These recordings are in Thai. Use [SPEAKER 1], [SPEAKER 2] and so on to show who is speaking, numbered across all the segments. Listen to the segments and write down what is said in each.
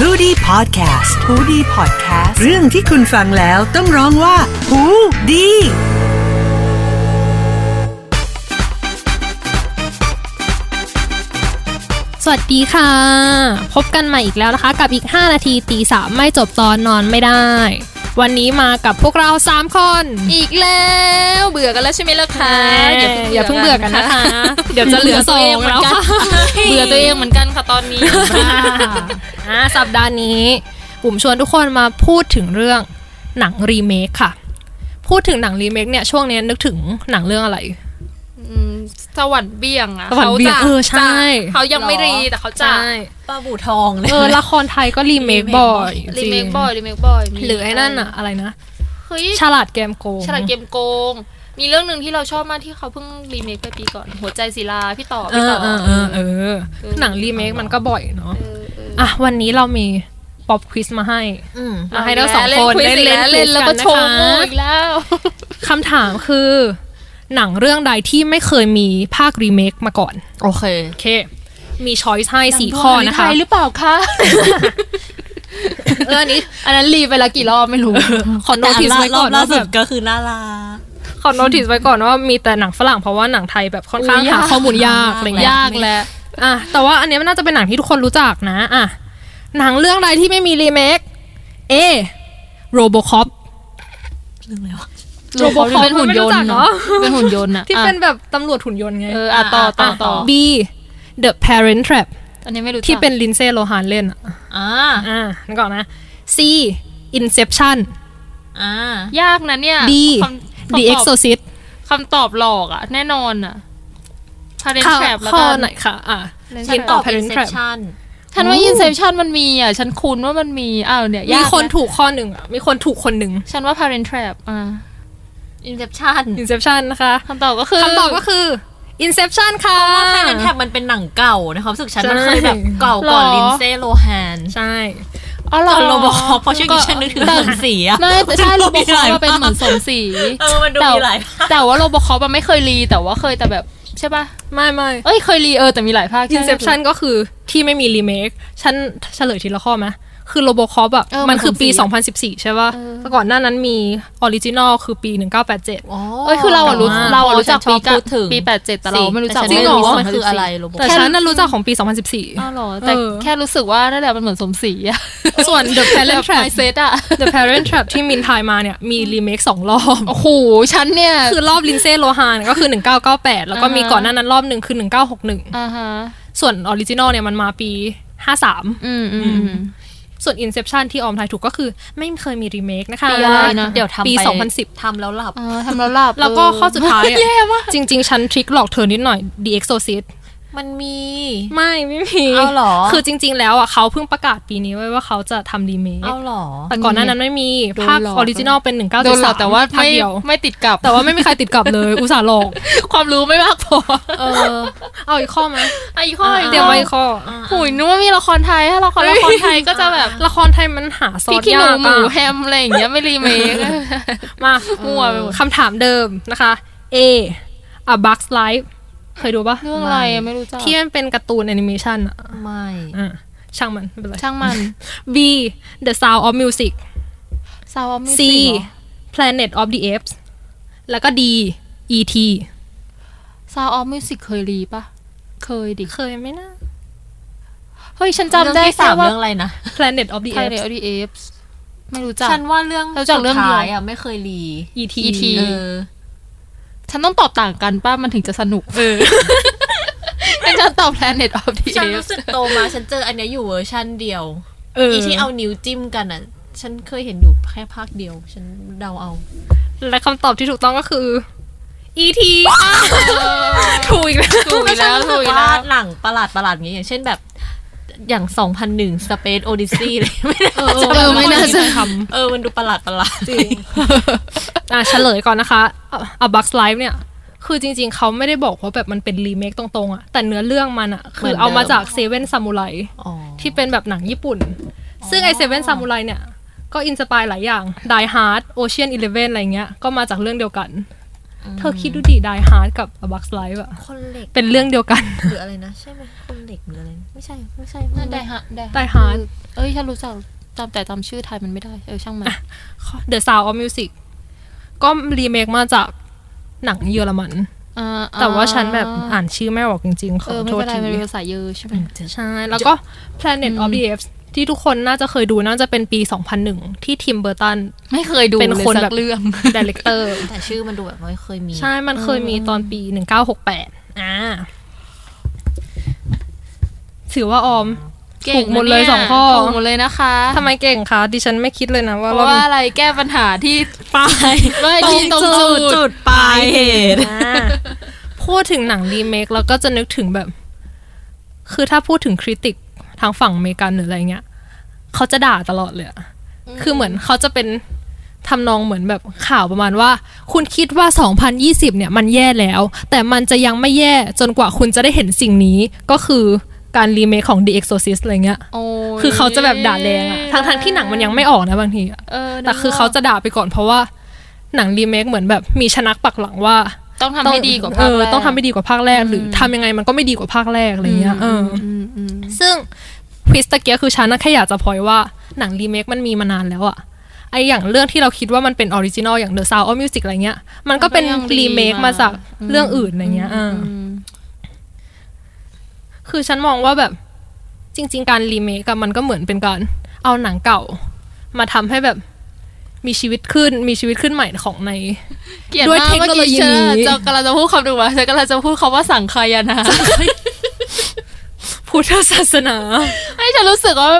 [SPEAKER 1] h o ดี้พอดแคสต์ฮูดี้พอดแคสต์เรื่องที่คุณฟังแล้วต้องร้องว่าหูดี
[SPEAKER 2] สวัสดีค่ะ พบกันใหม่อีกแล้วนะคะ กับอีก 5 นาทีตีสามไม่จบตอนนอนไม่ได้ วันนี้มากับพวกเรา 3 คน
[SPEAKER 3] อีกแล้วเบื่อกันแล้วใช่ไหมล่ะคะ
[SPEAKER 2] อย่าเพิ่งเบื่อกันนะคะ เดี๋ยวจะเหลือสองแล้วค่ะ
[SPEAKER 3] เบื่อตัวเองเหมือนกันค่ะตอน นี้
[SPEAKER 2] อ่าสัปดาห์นี้บุ๋มชวนทุกคนมาพูดถึงเรื่องหนังรีเมคค่ะ พูดถึงหนังรีเมคเนี่ยช่วงนี้นึกถึงหนังเรื่องอะไร
[SPEAKER 3] อืมสวรรค์เบี่ยงอะ
[SPEAKER 2] สวรรค์เบี่ยง
[SPEAKER 3] ขาจะ
[SPEAKER 2] เออใช่
[SPEAKER 3] จะเขายังไม่รี แต่เขาจะ
[SPEAKER 4] ปลาบูทองเลย
[SPEAKER 2] เออละครไทยก็รีเมคบ่อย
[SPEAKER 3] รีเมค
[SPEAKER 2] จง
[SPEAKER 3] บ่อยรีเมคบ่อยมี
[SPEAKER 2] หรือไอ้นั่นอะอะไรนะ
[SPEAKER 3] เฮ้ย
[SPEAKER 2] ฉลาดเกมโกง
[SPEAKER 3] ฉลาดเกมโกง มีเรื่องหนึ่งที่เราชอบมากที่เขาเพิ่งรีเมคไปปีก่อน หัวใจศิลาพี่ต่อ
[SPEAKER 2] เอ
[SPEAKER 3] พี่
[SPEAKER 2] อ
[SPEAKER 3] ต่อ
[SPEAKER 2] เออเออเออหนังรีเมคมันก็บ่อยเนาะ
[SPEAKER 3] เออเออ
[SPEAKER 2] อ่ะวันนี้เรามีป๊อปควิสมาให้
[SPEAKER 4] อืม
[SPEAKER 2] มาให้เราสอง
[SPEAKER 3] ล่
[SPEAKER 2] คน
[SPEAKER 3] วิสอีกแล้วเล่นแล้วก็โชว์
[SPEAKER 2] กั
[SPEAKER 3] โง่
[SPEAKER 2] น
[SPEAKER 3] อีกแล้ว
[SPEAKER 2] คำถามคือ หนังเรื่องใดที่ไม่เคยมีภาครีเมคมาก่อน
[SPEAKER 4] โอเค
[SPEAKER 2] โอเค มีช้อยส์ให้สี่ข้อนะคะ
[SPEAKER 4] หรือเปล่าคะ
[SPEAKER 2] เอออันนี้ อันนั้นรีไปแล้วกี่รอบไม่รู้ ขอโน
[SPEAKER 4] แต่
[SPEAKER 2] ติส
[SPEAKER 4] ล่า
[SPEAKER 2] ไว้ก่อน
[SPEAKER 4] ล่า
[SPEAKER 2] ว่า
[SPEAKER 4] สุ
[SPEAKER 2] แบ
[SPEAKER 4] ด
[SPEAKER 2] บ
[SPEAKER 4] ก็คือน่ารัก
[SPEAKER 2] ขอโนติสไว้ก่อนว่ามีแต่หนังฝรั่งเพราะว่าหนังไทยแบบค่อนข้าง
[SPEAKER 3] อุ๊
[SPEAKER 2] หาย
[SPEAKER 3] ยาก
[SPEAKER 2] ข้อมูลยากอะไรเงี้ย
[SPEAKER 3] ยากแล้ว
[SPEAKER 2] อ่ะแต่ว่าอันเนี้ยมันน่าจะเป็นหนังที่ทุกคนรู้จักนะอ่ะหนังเรื่องใดที่ไม่มีรีเมค A Robocop
[SPEAKER 3] โรบอคอปเป็นหุ่นยนต์เนาะเป็นหุ่นยนต์อะ
[SPEAKER 2] ที่เป็นแบบตำรวจหุ่นยนต์ไง
[SPEAKER 3] เอออ่ะต่อต่อต่อ
[SPEAKER 2] ะ B The Parent Trap
[SPEAKER 3] อันนี้ไม่รู้จัก
[SPEAKER 2] ที่เป็นลินเซ่โลฮานเล่นอ่ะ
[SPEAKER 4] อ่า
[SPEAKER 2] อ่ะนึกก่อนนะ C Inception
[SPEAKER 4] อ่า
[SPEAKER 3] ยากนะเนี่ย
[SPEAKER 2] D
[SPEAKER 3] คำคำ
[SPEAKER 2] The
[SPEAKER 3] ตอบ
[SPEAKER 2] Exorcist
[SPEAKER 3] คำตอบหลอกอะแน่นอนอะพาเรน
[SPEAKER 2] ค่ะ
[SPEAKER 3] แทรปแล้ว
[SPEAKER 2] ข้อ
[SPEAKER 3] กัน
[SPEAKER 2] ไหนคะอ่ะ
[SPEAKER 3] ฉั
[SPEAKER 2] คิด
[SPEAKER 3] น
[SPEAKER 2] ตอบ Parent Trap
[SPEAKER 4] Inception
[SPEAKER 3] ฉันว่า
[SPEAKER 2] โอ้
[SPEAKER 3] อินเซพชันมันมีอะฉันคุ้นว่ามันมีอ้าวเนี่ย
[SPEAKER 2] มี
[SPEAKER 3] ยากะ
[SPEAKER 2] คนถูกข้อหนึ่งอ่ะมีคนถูกคนหนึ่ง
[SPEAKER 3] ฉันว่าพาเรนแทรปอ่า
[SPEAKER 4] Inception
[SPEAKER 2] Inception นะคะ
[SPEAKER 3] คำตอบก็คือ
[SPEAKER 2] คำตอบก็คือ Inception ค่ะ
[SPEAKER 4] แันแทบมันเป็นหนังเก่านะครับรู้สึกฉันมัน
[SPEAKER 2] ใช่
[SPEAKER 4] เคยแบบเก่าก่อน
[SPEAKER 3] หรอ
[SPEAKER 4] ลินเซ่โลแฮน
[SPEAKER 2] ใช่
[SPEAKER 3] อ๋อเหร
[SPEAKER 4] ก่
[SPEAKER 3] อ
[SPEAKER 4] อนโรบอคอปเพราะชื่อกี้ฉันนึกถึงหนังสีอะ
[SPEAKER 3] ไม่แต่ใช่
[SPEAKER 4] มัน
[SPEAKER 3] โร
[SPEAKER 4] ดู
[SPEAKER 3] บอ
[SPEAKER 4] มี
[SPEAKER 3] ค
[SPEAKER 4] ห
[SPEAKER 3] อ
[SPEAKER 4] ลาย
[SPEAKER 3] ปเป็นเหมือน
[SPEAKER 4] ภาค
[SPEAKER 3] สมศรี
[SPEAKER 4] เออมันดู
[SPEAKER 3] แต่
[SPEAKER 4] มีหลายภาค
[SPEAKER 3] แต่ว่าโรบอคอปมันไม่เคยรีแต่ว่าเคยแต่แบบใช่ป่ะ
[SPEAKER 2] ไม่ไม่
[SPEAKER 3] เอ้ยเคยรีเออแต่มีหลายภาคใช่
[SPEAKER 2] Inception ก็คือที่ไม่มีรีเมค ฉันเฉลยทีละข้อไหมคือ Robocop อ่ะ
[SPEAKER 3] เออ
[SPEAKER 2] มันคือปี
[SPEAKER 3] มันของ
[SPEAKER 2] 2014 ใช่ป่ะแต่ก่อนหน้านั้นมีออริจินอลคือปี 1987
[SPEAKER 3] เอ้ยคือเราอะรู้
[SPEAKER 2] แต่ว่า
[SPEAKER 3] เราอะรู้จัก
[SPEAKER 4] ฉันช
[SPEAKER 3] ปี
[SPEAKER 4] อบ
[SPEAKER 3] กั
[SPEAKER 4] พูดถึง
[SPEAKER 3] ปีแปดเจ็ดแต่เราไม่รู้จัก
[SPEAKER 4] จริง
[SPEAKER 3] ว่า
[SPEAKER 4] เหรอ
[SPEAKER 3] ปี
[SPEAKER 4] ว่ามันคือ
[SPEAKER 3] 2014
[SPEAKER 4] อะไรโรบอค
[SPEAKER 2] แต่
[SPEAKER 4] อป
[SPEAKER 2] ฉันน่ะรู้จักของปี
[SPEAKER 3] อ้าว
[SPEAKER 2] 2014
[SPEAKER 3] เหรอแต่
[SPEAKER 2] เออ
[SPEAKER 3] แค่รู้สึกว่านั่นแหละมันเหมือนสมศรีอะ
[SPEAKER 2] ส่วน The
[SPEAKER 3] แล้ว
[SPEAKER 2] Parent Trap
[SPEAKER 3] ไมเซตอะ
[SPEAKER 2] The Parent Trap ที่มินทายมาเนี่ยมีรีเมคสองรอบ
[SPEAKER 3] โอ้โหฉันเนี่ย
[SPEAKER 2] คือรอบลินเซ่โลฮานก็คือ 1998 แล้วก็มีก่อนหน้านั้นรอบหนึ่งคือ 1961
[SPEAKER 3] อ่าฮะ
[SPEAKER 2] ส่วนออริจินอลเนี่ยมันมาปี 53
[SPEAKER 3] อืมอืม
[SPEAKER 2] ส่วน Inception ที่ออมทายถูกก็คือไม่เคยมีรีเมคนะคะ
[SPEAKER 3] ปีอะไรนะ
[SPEAKER 2] เดี๋ยวทำไปปี 2010
[SPEAKER 4] ทำแล้วหลับ
[SPEAKER 3] เออทำแล้วหลับ
[SPEAKER 2] แล้วก็ข้อสุดท้ายอะ
[SPEAKER 3] แย่มาก
[SPEAKER 2] จริง ๆ ฉันทริกหลอกเธอนิดหน่อย The Exorcist
[SPEAKER 4] มันมี
[SPEAKER 2] ไม่ไม่มี
[SPEAKER 4] เอาเหรอ
[SPEAKER 2] คือจริง ๆ แล้วอ่ะเขาเพิ่งประกาศปีนี้ไว้ว่าเขาจะทำรีเมค
[SPEAKER 4] เอาหรอ
[SPEAKER 2] แต่ก่อนหน้านั้นไม่มีภาค
[SPEAKER 4] โดนหลอก
[SPEAKER 2] ออริจินอลเป็น 1973
[SPEAKER 3] โดนหลับแต่ว่า
[SPEAKER 2] ภาค
[SPEAKER 3] ไม่
[SPEAKER 2] เดียว
[SPEAKER 3] ไม่ติดกลับ
[SPEAKER 2] แต่ว่าไม่มีใครติดกลับเลย อุตส่าห์หลอก
[SPEAKER 3] ความรู้ไม่มากพอ
[SPEAKER 2] เออเอาอีกข้อไหม
[SPEAKER 3] ไอ้ข้ออีก
[SPEAKER 2] เตรียมไว้อีกข้อ
[SPEAKER 3] หุยนึกว่ามีละครไทยถ้าละครละคร ไทยก็จะแบบ
[SPEAKER 2] ละครไทยมันหาซอ
[SPEAKER 3] พี่
[SPEAKER 2] ส
[SPEAKER 3] ขี้ห
[SPEAKER 2] ยา
[SPEAKER 3] นู
[SPEAKER 2] ก
[SPEAKER 3] หมูแฮมอะไรอย่างเงี้ยไม่รีเมค
[SPEAKER 2] มา
[SPEAKER 3] มั่วไปหมด
[SPEAKER 2] คำถามเดิมนะคะ A A Bug's Life เคยดูปะ
[SPEAKER 3] เรื่องอะไรอะไม่รู้จัก
[SPEAKER 2] ที่มันเป็นการ์ตูนแอนิเมชันอ่ะ
[SPEAKER 4] ไม่
[SPEAKER 2] อ่ะช่างมันไม่เป็นไร
[SPEAKER 3] ช่างมัน
[SPEAKER 2] B The Sound of Music
[SPEAKER 3] ซาวมิ
[SPEAKER 2] C
[SPEAKER 3] ซี
[SPEAKER 2] Planet of the Apes แล้วก็ D E.T.
[SPEAKER 3] ซาวออฟมิวสิกเคยรีปะเคยดิ
[SPEAKER 2] เคยไหมนะ
[SPEAKER 3] เฮ้ยฉันจำได้
[SPEAKER 4] เรื่องที่
[SPEAKER 3] แค่
[SPEAKER 4] สาม
[SPEAKER 3] ว่า
[SPEAKER 4] เรื่องอะไรนะ
[SPEAKER 2] Planet of the
[SPEAKER 3] ไทยเร
[SPEAKER 2] Apes
[SPEAKER 3] อดีเอฟไม่รู้จัก
[SPEAKER 4] ฉันว่าเรื่อง
[SPEAKER 3] เราจากเรื่องเดีย
[SPEAKER 4] สุ
[SPEAKER 3] ว
[SPEAKER 4] ดท้ายอ่ะไม่เคยรี
[SPEAKER 2] E.T.
[SPEAKER 3] E.T.
[SPEAKER 4] เออ
[SPEAKER 3] ฉันต้องตอบต่างกันป้ามันถึงจะสนุก เออเป็นฉันตอบ Planet of the
[SPEAKER 4] ฉัน
[SPEAKER 3] Apes
[SPEAKER 4] รู้สึกโตมา ฉันเจออันเนี้ยอยู่เวอร์ชันเดียว
[SPEAKER 2] เออ
[SPEAKER 4] อีที่เอานิ้วจิ้มกันอ่ะ ฉันเคยเห็นอยู่แค่ภาคเดียว ฉันเดาเอา
[SPEAKER 2] และคำตอบที่ถูกต้องก็คือ E.T. ค่ะถูกอีกแล้ว
[SPEAKER 3] ถูกอีกแล้ว
[SPEAKER 4] ฉัน
[SPEAKER 3] ถูก
[SPEAKER 4] รู้สึ
[SPEAKER 3] อีก
[SPEAKER 4] กว่า
[SPEAKER 3] แล้ว
[SPEAKER 4] หลังประหลาดประหลาดๆอย่างเงี้ยอย่างเช่นแบบอย่าง 2001 Space Odyssey เลย ไม่ได้
[SPEAKER 2] เออเออไม่น่าจะทำ
[SPEAKER 4] เออ มันดูประหลาดประหลาดจริง
[SPEAKER 2] อ่ะเฉลยก่อนนะคะเอาบัคไลฟ์เนี่ย คือจริงๆ เขาไม่ได้บอกว่าแบบมันเป็นรีเมคตรงๆอะแต่เนื้อเรื่องมันอะคือเอามาจากเซเว่นซามูไร
[SPEAKER 4] อ๋อ
[SPEAKER 2] ที่เป็นแบบหนังญี่ปุ่น ซึ่งไอเซเว่นซามูไรเนี่ย ก็อินสปายหลายอย่าง Die Hard Ocean Eleven อะไรเงี้ย ก็มาจากเรื่องเดียวกัน เธอคิดดูดิดายฮาร์ดกับบักสไลฟ์อะ
[SPEAKER 4] คนเหล็ก
[SPEAKER 2] เป็นเรื่องเดียวกัน
[SPEAKER 4] หรืออะไรนะ ใช่ไหมคนเหล็กหรืออะไร ไม่ใช่ ไม่ใช่
[SPEAKER 3] น่าได้ฮะได้
[SPEAKER 2] ได้ฮะ
[SPEAKER 3] เอ้ยฉันรู้จักจำแต่จำชื่อไทยมันไม่ได้ เออช่างมัน
[SPEAKER 2] The Sound of Music ก็รีเมคมาจากหนังเยอรมัน
[SPEAKER 3] อ่
[SPEAKER 2] แต่ว่าฉันแบบอ่านชื่อไม่ออกจริงๆ ข
[SPEAKER 3] เอ
[SPEAKER 2] อ
[SPEAKER 3] อไม่
[SPEAKER 2] โทษ
[SPEAKER 3] เป็นไร
[SPEAKER 2] ที
[SPEAKER 3] มันเป็นภาษาเยอะใช่ไหม
[SPEAKER 2] ใช่ แล้วก็ Planet of the Apes ที่ทุกคนน่าจะเคยดูน่าจะเป็นปี 2001 ที่ทิมเบอร์ตั น
[SPEAKER 3] ไม่เคยดู
[SPEAKER 2] เป็นคน
[SPEAKER 3] ลยสั
[SPEAKER 2] แบบ
[SPEAKER 3] กเรื่อง
[SPEAKER 2] ดีเลกเตอร์
[SPEAKER 4] แต่ชื่อมันดูแบบไม่เคยมี
[SPEAKER 2] ใช่ มันเคยมีตอนปี 1968 อ่า ถือว่าออม ถูกหมดเลย
[SPEAKER 3] ก่นะนี่
[SPEAKER 2] สองข้อ
[SPEAKER 3] ถูกหมดเลยนะคะ
[SPEAKER 2] ทำไมเก่งคะ ดิฉันไม่คิดเลยนะว่า
[SPEAKER 3] เพ
[SPEAKER 2] เรา
[SPEAKER 3] ราะว่าอะไรแก้ปัญหาที่
[SPEAKER 1] ปลาย
[SPEAKER 3] ไม่
[SPEAKER 1] ตร
[SPEAKER 3] ที่
[SPEAKER 1] ง
[SPEAKER 3] ตรง
[SPEAKER 1] จุ
[SPEAKER 3] จุ
[SPEAKER 1] ด
[SPEAKER 3] ด
[SPEAKER 1] จุดปลายเหตุ
[SPEAKER 4] อ่า
[SPEAKER 2] พูดถึงหนังรีเมคแล้วก็จะนึกถึงแบบ คือถ้าพูดถึงคริติกทางฝั่งอเมริกันหรืออะไรเงี้ย เขาจะด่าตลอดเลยอะคือเหมือนเขาจะเป็นทำนองเหมือนแบบข่าวประมาณว่า คุณคิดว่า 2020 เนี่ยมันแย่แล้ว แต่มันจะยังไม่แย่จนกว่าคุณจะได้เห็นสิ่งนี้ ก็คือการรีเมคของ The Exorcist อะไรเงี้ย
[SPEAKER 3] โย
[SPEAKER 2] คือเขาจะแบบด่าแรงอะทั้งทที่หนังมันยังไม่ออกนะบางทีอะ
[SPEAKER 3] เออ
[SPEAKER 2] แต่คือเขาจะด่าไปก่อนเพราะว่า หนังรีเมคเหมือนแบบมีชนักปักหลังว่า
[SPEAKER 3] ต้องทำให้ดีกว่าภาค
[SPEAKER 2] เออ
[SPEAKER 3] แรก
[SPEAKER 2] ต้องทำให้ดีกว่าภาคแรก หรือทำยังไงมันก็ไม่ดีกว่าภาคแรกอะไรเงี้ยเอออ
[SPEAKER 3] อืมอืม
[SPEAKER 2] ซึ่งควิสตะเกียคือฉันนะแค่อยากจะพอยว่าหนังรีเมคมันมีมานานแล้วอะไออย่างเรื่องที่เราคิดว่ามันเป็นออริจินอลอย่าง The Sound of Music อะไรเงี้ย มันก็เป็นรีเมคมาจากเรื่องอื่นอะไรเงี้ยเอออ
[SPEAKER 3] อืม
[SPEAKER 2] คือฉันมองว่าแบบจริง ๆ การรีเมคอะมันก็เหมือนเป็นการเอาหนังเก่า มาทำให้แบบมีชีวิตขึ้นมีชีวิตขึ้นใหม่ของใน
[SPEAKER 3] เกลียด
[SPEAKER 2] ด้วย
[SPEAKER 3] มาก
[SPEAKER 2] เทคโนโลยี
[SPEAKER 3] เมื่อกี้
[SPEAKER 2] นี้
[SPEAKER 3] เจอกำลังจะพูดคำหนึ่งว่าเจอกำลังจะพูดคำว่าสังคายนา
[SPEAKER 2] พุทธศาสนา
[SPEAKER 3] ไม่ฉันรู้สึกว่า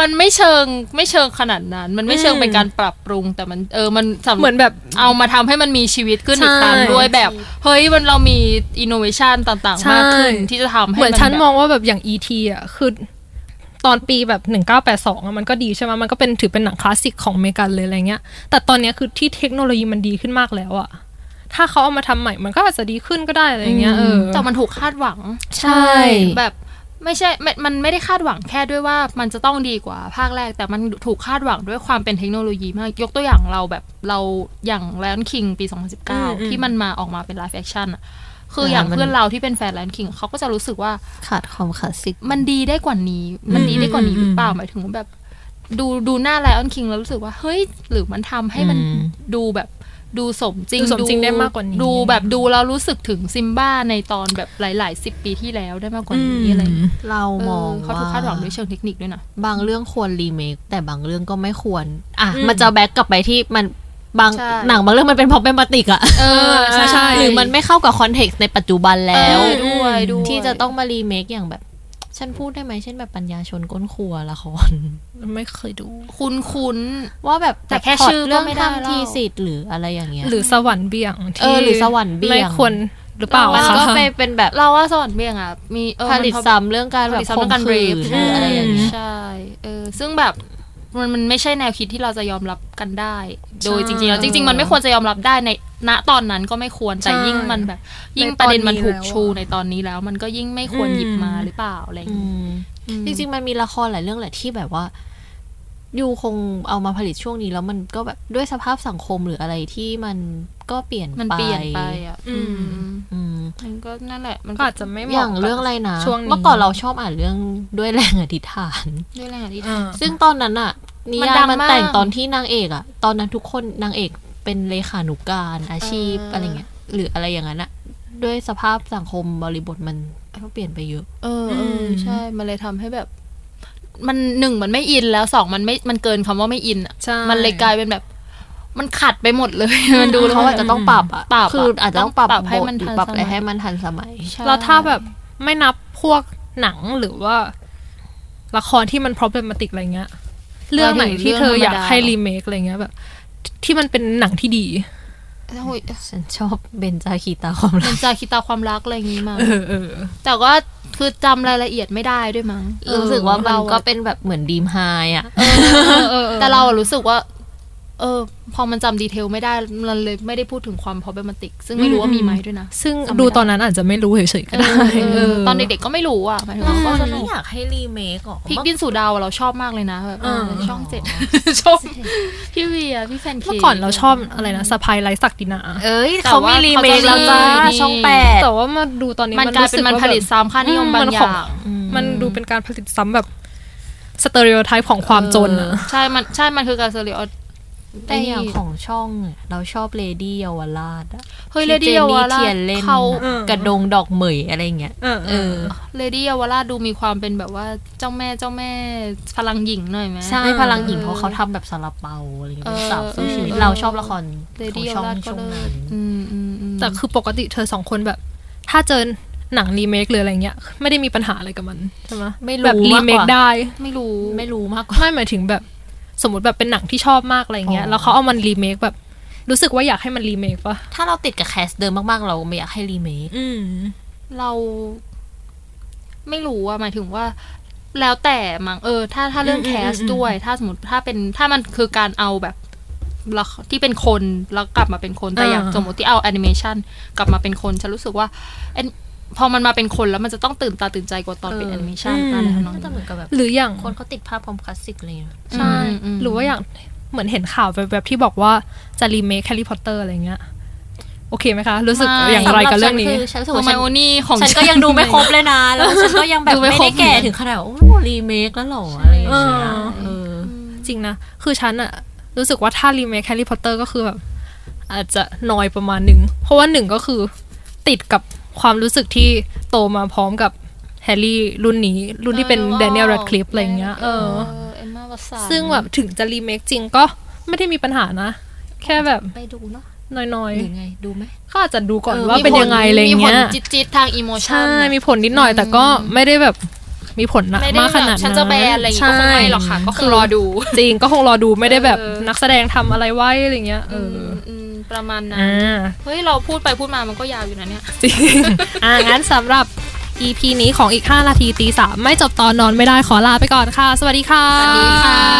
[SPEAKER 3] มันไม่เชิงไม่เชิงขนาดนั้น มันไม่เชิง
[SPEAKER 2] อืม
[SPEAKER 3] เป็นการปรับปรุงแต่มันเออมันสำ
[SPEAKER 2] เหมือนแบบ
[SPEAKER 3] เอามาทำให้มันมีชีวิตขึ้นอีกครั้ง
[SPEAKER 2] ใช่
[SPEAKER 3] ด้วยแบบ เฮ้ยมันเรามีอินโนเวชันต่าง
[SPEAKER 2] ใช่
[SPEAKER 3] ๆ มากขึ้นที่จะทำให้
[SPEAKER 2] เหมือน
[SPEAKER 3] แบบ
[SPEAKER 2] ฉันมองว่าแบบอย่าง E.T. อ่ะคือตอนปีแบบ 1982อะมันก็ดีใช่ไหมมันก็เป็นถือเป็นหนังคลาสสิกของอเมริกันเลยอะไรเงี้ย แต่ตอนเนี้ยคือที่เทคโนโลยีมันดีขึ้นมากแล้วอ่ะ ถ้าเขาเอามาทำใหม่มันก็อาจจะดีขึ้นก็ได้อะไรเงี้ยเออ
[SPEAKER 3] แต่มันถูกคาดหวัง
[SPEAKER 2] ใช่
[SPEAKER 3] แบบไม่ใช่ไม่มันไม่ได้คาดหวังแค่ด้วยว่ามันจะต้องดีกว่าภาคแรก แต่มันถูกคาดหวังด้วยความเป็นเทคโนโลยีมาก ยกตัวอย่างเราแบบเราอย่างแลนคิงปี 2019 ที่มันมาออกมาเป็นไลฟ์แอคชั่นอะคืออย่าง
[SPEAKER 4] อ่ามัน
[SPEAKER 3] เพื่อนเราที่เป็นแฟนแลนคิงเขาก็จะรู้สึกว่า
[SPEAKER 4] ขาดความคลาสสิก
[SPEAKER 3] มันดีได้กว่านี้ มันดีได้กว่านี้หรือเปล่า หมายถึงว่าแบบ ดูดูหน้าไลออนคิงแล้วรู้สึกว่า เฮ้ย หรือมันทำให้มัน
[SPEAKER 4] อืม
[SPEAKER 3] ดูแบบดูสมจริง
[SPEAKER 2] ดูสมจริงได้มากกว่านี้
[SPEAKER 3] ดูแบบดูแล้วรู้สึกถึงซิมบ้าในตอนแบบหลาย ๆ สิบปีที่แล้วได้มากกว่านี้อะไรอย่างเงี้ย
[SPEAKER 4] เรา
[SPEAKER 3] เออ
[SPEAKER 4] มอง
[SPEAKER 3] เขา
[SPEAKER 4] ว่า
[SPEAKER 3] ถูกคาดหวังด้วยเชิงเทคนิคด้วยนะ
[SPEAKER 4] บางเรื่องควรรีเมคแต่บางเรื่องก็ไม่ควร อ่ะ มันจะแบ็กกลับไปที่มันบาง
[SPEAKER 3] ใช่
[SPEAKER 4] หนังบางเรื่องมันเป็นพอเป็นมาติกอะ
[SPEAKER 3] เออ
[SPEAKER 2] ใช่ใช่
[SPEAKER 4] หรือมันไม่เข้ากับคอนเท็กซ์ในปัจจุบัน
[SPEAKER 3] แล้
[SPEAKER 4] แล้วว
[SPEAKER 3] ด้วยด้วย
[SPEAKER 4] ที่จะต้องมารีเมคอย่างแบบ ฉันพูดได้ไหมเช่นแบบปัญญาชนก้นครัวละคร
[SPEAKER 2] ไม่เคยดู
[SPEAKER 3] คุ้นคุ้น
[SPEAKER 4] ว่าแบบ
[SPEAKER 3] แต่แค่ชื่อก็
[SPEAKER 4] เรื่อง
[SPEAKER 3] ไม่ได้แล้ว
[SPEAKER 4] ทำทีสิทธิ์หรืออะไรอย่างเงี้ย
[SPEAKER 2] หรือสวรรค์เบี่ยง
[SPEAKER 4] เอ
[SPEAKER 2] ที่
[SPEAKER 4] อหรือสวรรค์เบี่ยง
[SPEAKER 2] ไม่ควรหรือเปล่า
[SPEAKER 4] มัน
[SPEAKER 2] คะ
[SPEAKER 4] ก็ไปเป็นแบบ
[SPEAKER 3] ๆเราว่าสอนเบี้ยงอ่ะ มีเออ
[SPEAKER 4] ผ
[SPEAKER 3] มัน
[SPEAKER 4] ลิตซ้ำเรื่องการแบ
[SPEAKER 3] ผ
[SPEAKER 4] บ
[SPEAKER 3] ลิตซ้ำเรื่องการ
[SPEAKER 4] ข่มขื
[SPEAKER 3] rape
[SPEAKER 4] หรืออะไรอย่างเงี้ย
[SPEAKER 3] ใช่เออซึ่งแบบมันมันไม่ใช่แนวคิดที่เราจะยอมรับกันได้ โดยจริงๆแล้วจริง ๆ มันไม่ควรจะยอมรับได้ในณตอนนั้นก็ไม่ควรแต่ยิ่งมันแบบ ยิ่งประเด็นมันถูกชูในตอนนี้แล้ว มันก็ยิ่งไม่ควรหยิบมาหรือเปล่าอะไรอย่าง
[SPEAKER 4] อื
[SPEAKER 3] งี้
[SPEAKER 4] มจริงๆมันมีละครหลายเรื่องแหละที่แบบว่ายูคงเอามาผลิตช่วงนี้แล้วมันก็แบบด้วยสภาพสังคมหรืออะไรที่มันก็เปลี่ยน
[SPEAKER 3] มัน
[SPEAKER 4] ไป
[SPEAKER 3] เปลี่ยนไปอ่ะอืม
[SPEAKER 4] อืม
[SPEAKER 3] มันก็นั่นแหละ มัน
[SPEAKER 2] ก็อาจจะไม่เห
[SPEAKER 4] อ
[SPEAKER 2] มาะ
[SPEAKER 4] ย่างเรื่อง
[SPEAKER 2] กับ
[SPEAKER 4] อะไรนะ
[SPEAKER 2] ช่วงนี้
[SPEAKER 4] เมื่อก่อนเราชอบอ่านเรื่องด้วยแรงอธิษฐาน
[SPEAKER 3] ด้วยแรงอธิษฐาน
[SPEAKER 2] อ่า
[SPEAKER 4] ซึ่งตอนนั้นอะนิ
[SPEAKER 3] มัน
[SPEAKER 4] ยา
[SPEAKER 3] ดั
[SPEAKER 4] ย
[SPEAKER 3] ง
[SPEAKER 4] มัน
[SPEAKER 3] มาก
[SPEAKER 4] แต่งตอนที่นางเอกอะตอนนั้นทุกคนนางเอกเป็นเลขานุการอาชีพอะไรเงี้ยหรืออะไรอย่างนั้นอะด้วยสภาพสังคมบริบทมันก็เปลี่ยนไปเยอะ
[SPEAKER 3] เออเออ
[SPEAKER 2] ม
[SPEAKER 3] ใช่มันเลยทำให้แบบ มันหนึ่งมันไม่อินแล้วสองมันไม่มันเกินคำว่าไม่อินอะ
[SPEAKER 2] ใช่
[SPEAKER 3] มันเลยกลายเป็นแบบ มันขัดไปหมดเลย มันดูแล้ว
[SPEAKER 4] เขา
[SPEAKER 3] มัน
[SPEAKER 4] อาจจะต้องปรับอะ
[SPEAKER 3] ปรับอะ
[SPEAKER 4] คืออาจจะต้องปรับ
[SPEAKER 3] ปรับให้มัน
[SPEAKER 4] บท
[SPEAKER 3] ทัน
[SPEAKER 4] หรือปรับ
[SPEAKER 3] สมัย
[SPEAKER 4] อะไรให้มันทันสมัย
[SPEAKER 2] แล้วถ้าแบบไม่นับพวกหนังหรือว่า ละครที่มัน problematic อะไรเงี้ย เรื่องไหนที่เธออยากให้รีเมคอะไรเงี้ยแบบ ที่มันเป็นหนังที่ดี
[SPEAKER 3] โอ้ย
[SPEAKER 4] ฉันชอบเบนจาคีตาความรั
[SPEAKER 3] มั
[SPEAKER 4] ก
[SPEAKER 3] นจาคิดตาความรักอะไรอย่างงี้มา
[SPEAKER 2] เออเออ
[SPEAKER 3] แต่ว่าคือจำรายละเอียดไม่ได้ด้วยมั้ง
[SPEAKER 4] รู้สึกว่ามัน
[SPEAKER 3] เรา
[SPEAKER 4] ก็
[SPEAKER 3] อะ
[SPEAKER 4] เป็นแบบเหมือนดีมไฮอะ
[SPEAKER 3] แต่เราอะรู้สึกว่า เออ พอมันจำดีเทลไม่ได้มันเลยไม่ได้พูดถึงความ problematic ซึ่งไม่รู้ว่ามีไหมด้วยนะ
[SPEAKER 2] ซึ่ง
[SPEAKER 3] จำไม่
[SPEAKER 2] ดู
[SPEAKER 3] ได้
[SPEAKER 2] ตอนนั้นอาจจะไม่รู้เฉยๆก็ได้
[SPEAKER 3] เอ
[SPEAKER 2] เอ
[SPEAKER 3] อ
[SPEAKER 2] อ
[SPEAKER 3] ตอนเด็กๆก็ไม่รู้อ่ะหมายถึงว่า
[SPEAKER 5] ต
[SPEAKER 3] ก็
[SPEAKER 5] อน
[SPEAKER 3] สนุ
[SPEAKER 5] นี้
[SPEAKER 3] ก
[SPEAKER 5] อยากให้รีเมคเหรอ
[SPEAKER 3] พริกดินสู่ดาวอะเราชอบมากเลยนะแบบ
[SPEAKER 2] เออ
[SPEAKER 3] ช่องเจ็ด ช่องพี่เวียพี่แฟนเค
[SPEAKER 2] เมื่อก่อนเราชอบอะไรนะสะพายไร้ศักดินา
[SPEAKER 5] เอ้ย
[SPEAKER 3] แต่
[SPEAKER 5] เขามี
[SPEAKER 3] ว่า
[SPEAKER 5] รีเมคแล้วจ้า
[SPEAKER 3] เขาจะมีนี่
[SPEAKER 5] ช่องแปด
[SPEAKER 2] แต่ว่ามาดูตอนนี้
[SPEAKER 3] มันกลายเป็นมันผลิตซ้ำค่านิยมบางอย่าง
[SPEAKER 2] มันดูเป็นการผลิตซ้ำแบบสเตอริโอไทป์ของความจนอะ
[SPEAKER 3] ใช่มันใช่มันคือการเซอริโอ
[SPEAKER 4] แต่อย่างของช่องเนี่ยเราชอบเลดี้เยาวราชอะ
[SPEAKER 3] เฮ้ยเล
[SPEAKER 4] ที่
[SPEAKER 3] ดี้เยาว
[SPEAKER 4] จนนี่
[SPEAKER 3] รา
[SPEAKER 4] เทีย
[SPEAKER 3] ช
[SPEAKER 4] นเล่น
[SPEAKER 3] เขา
[SPEAKER 2] อืม
[SPEAKER 4] กระดงดอกเหมยอะไรอย่างเงี้ย
[SPEAKER 2] เออเอ
[SPEAKER 4] เอ
[SPEAKER 2] อ
[SPEAKER 4] อ
[SPEAKER 3] เลดี้เยาวราชดูมีความเป็นแบบว่าเจ้าแม่เจ้าแม่พลังหญิงหน่อยไหม
[SPEAKER 4] ใช่
[SPEAKER 2] เออ
[SPEAKER 4] พลังหญิงเพราะเขาทำแบบซาลาเปาอะไรอย่างเงี้ยเป็นสาวสู้ชีวิต
[SPEAKER 3] เออ
[SPEAKER 4] เราชอบละคร
[SPEAKER 3] เล
[SPEAKER 4] ขอ
[SPEAKER 3] ดี้
[SPEAKER 4] ง
[SPEAKER 3] เยาว
[SPEAKER 4] ช่อง
[SPEAKER 3] ราชก็
[SPEAKER 4] ช่อง
[SPEAKER 3] เลิศ
[SPEAKER 4] นั้น
[SPEAKER 3] อืมอืมอืม
[SPEAKER 2] แต่คือปกติเธอสองคนแบบ ถ้าเจอหนังรีเมคหรืออะไรเงี้ย ไม่ได้มีปัญหาอะไรกับมันใช่ไหม
[SPEAKER 4] ไม่รู้
[SPEAKER 2] แบบรี
[SPEAKER 4] มากกว่า
[SPEAKER 2] เมคได้
[SPEAKER 3] ไม่รู้
[SPEAKER 4] ไม่รู้มากกว่า
[SPEAKER 2] ไม่หมายถึงแบบสมมติแบบเป็นหนังที่ชอบมากอะไรเงี้
[SPEAKER 4] อ๋
[SPEAKER 2] ย
[SPEAKER 4] อ
[SPEAKER 2] แล้วเขาเอามันรีเมคแบบ รู้สึกว่าอยากให้มันรีเมคปะ
[SPEAKER 4] ถ้าเราติดกับแคสเดิมมากๆ เราไม่อยากให้รีเมค
[SPEAKER 2] อืม
[SPEAKER 3] เรา ไม่รู้อะหมายถึงว่า แล้วแต่มั้งเออ ถ้าถ้าเรื่อง
[SPEAKER 2] อืม
[SPEAKER 3] แคส
[SPEAKER 2] อืม
[SPEAKER 3] ด้วย ถ้าสมมติถ้าเป็นถ้ามันคือการเอาแบบละคที่เป็นคน แล้วกลับมาเป็นคนแต่อย่างสมมติที่เอาแอนิเมชันกลับมาเป็นคนฉันรู้สึกว่า an- พอมันมาเป็นคนแล้วมันจะต้องตื่นตาตื่นใจกว่าตอนเป็น
[SPEAKER 4] เอ
[SPEAKER 3] แอ
[SPEAKER 4] อ
[SPEAKER 3] นิเมชันอะไรทำนอง
[SPEAKER 4] มันจะ
[SPEAKER 3] นั้น
[SPEAKER 4] เหมือนกับแบบ
[SPEAKER 2] หรืออย่าง
[SPEAKER 4] คนเขาติดภาพความคลาสสิกอะไรอย่างเลย
[SPEAKER 2] ใช่
[SPEAKER 3] มม
[SPEAKER 2] หรือว่าอย่างเหมือนเห็นข่าวแบบๆที่บอกว่าจะรีเมคแฮร์รี่พอตเตอร์อะไรเงี้ย โอเคไหมคะ รู้สึก
[SPEAKER 4] ไม่
[SPEAKER 2] อย่างไรกับเรื่องนี้
[SPEAKER 4] สำหรับฉันคือฉันรู้สึก
[SPEAKER 3] โฮ
[SPEAKER 4] ว่า
[SPEAKER 3] ไม
[SPEAKER 4] ฉัน
[SPEAKER 3] โอนี่ของ
[SPEAKER 4] ฉันก็ยังดูไม่ครบเลยนะ แล้วฉันก็ยังแบบ
[SPEAKER 3] ดูไม่
[SPEAKER 4] ไม่
[SPEAKER 3] คร
[SPEAKER 4] ได้
[SPEAKER 3] บ
[SPEAKER 4] แก่ถึงขนาดว่าโอ้รีเมคแล้วเหรออะไรอย่างเงี
[SPEAKER 2] เอ
[SPEAKER 4] ้ย
[SPEAKER 2] อ
[SPEAKER 4] เออ
[SPEAKER 2] จริงนะ คือฉันอะรู้สึกว่าถ้ารีเมคแฮร์รี่พอตเตอร์ก็คือแบบอาจจะนอยประมาณหนึ่ง เพราะว่าหนึ่งก็คือติดกับความรู้สึกที่โตมาพร้อมกับแฮร์รี่รุ่นนี้ รุ่นที่เป็นแดเนียลแรดคลิฟอะไรเงี้ยเออ
[SPEAKER 3] เอมมาวัตสัน
[SPEAKER 2] ซึ่งแบบถึงจะรีเมคจริงก็ไม่ได้มีปัญหานะ แค่แบบ
[SPEAKER 3] ไปดูเนาะ
[SPEAKER 2] น้อย
[SPEAKER 4] หรือไงดูไหม
[SPEAKER 2] ๆก็อาจจะดูก่อนว่าเป็นยังไงอะไร
[SPEAKER 3] มีผ
[SPEAKER 2] เงี้
[SPEAKER 3] ล
[SPEAKER 2] ย
[SPEAKER 3] จิตจิตๆทางอิโมชั่
[SPEAKER 2] ใช่
[SPEAKER 3] น
[SPEAKER 2] มีผลนิดหน่อย แต่ก็ไม่ได้แบบมีผลหนัก
[SPEAKER 3] ไม่ได้
[SPEAKER 2] มากข
[SPEAKER 3] แบบ
[SPEAKER 2] นาดนั้น
[SPEAKER 3] ฉันจะแบนอะไรอย่างงี้ก็คงไม่หรอกค่ะ ก็คือรอดู
[SPEAKER 2] ใช่จริงก็คงรอดูไม่ได้แบบ
[SPEAKER 3] เออ
[SPEAKER 2] นักแสดงทำอะไรไว้อะไรเงี้ย เอออ
[SPEAKER 3] มประมาณนั้น
[SPEAKER 2] อ่า
[SPEAKER 3] เฮ้ย เราพูดไปพูดมามันก็ยาวอยู่นะเนี่ย
[SPEAKER 2] จริง อ่างั้นสำหรับ EP นี้ของอีก 5 นาทีตีสามไม่จบตอนนอนไม่ได้ขอลาไปก่อนค่ะ สวัสดีค่ะ
[SPEAKER 3] สวัสดีค่ะ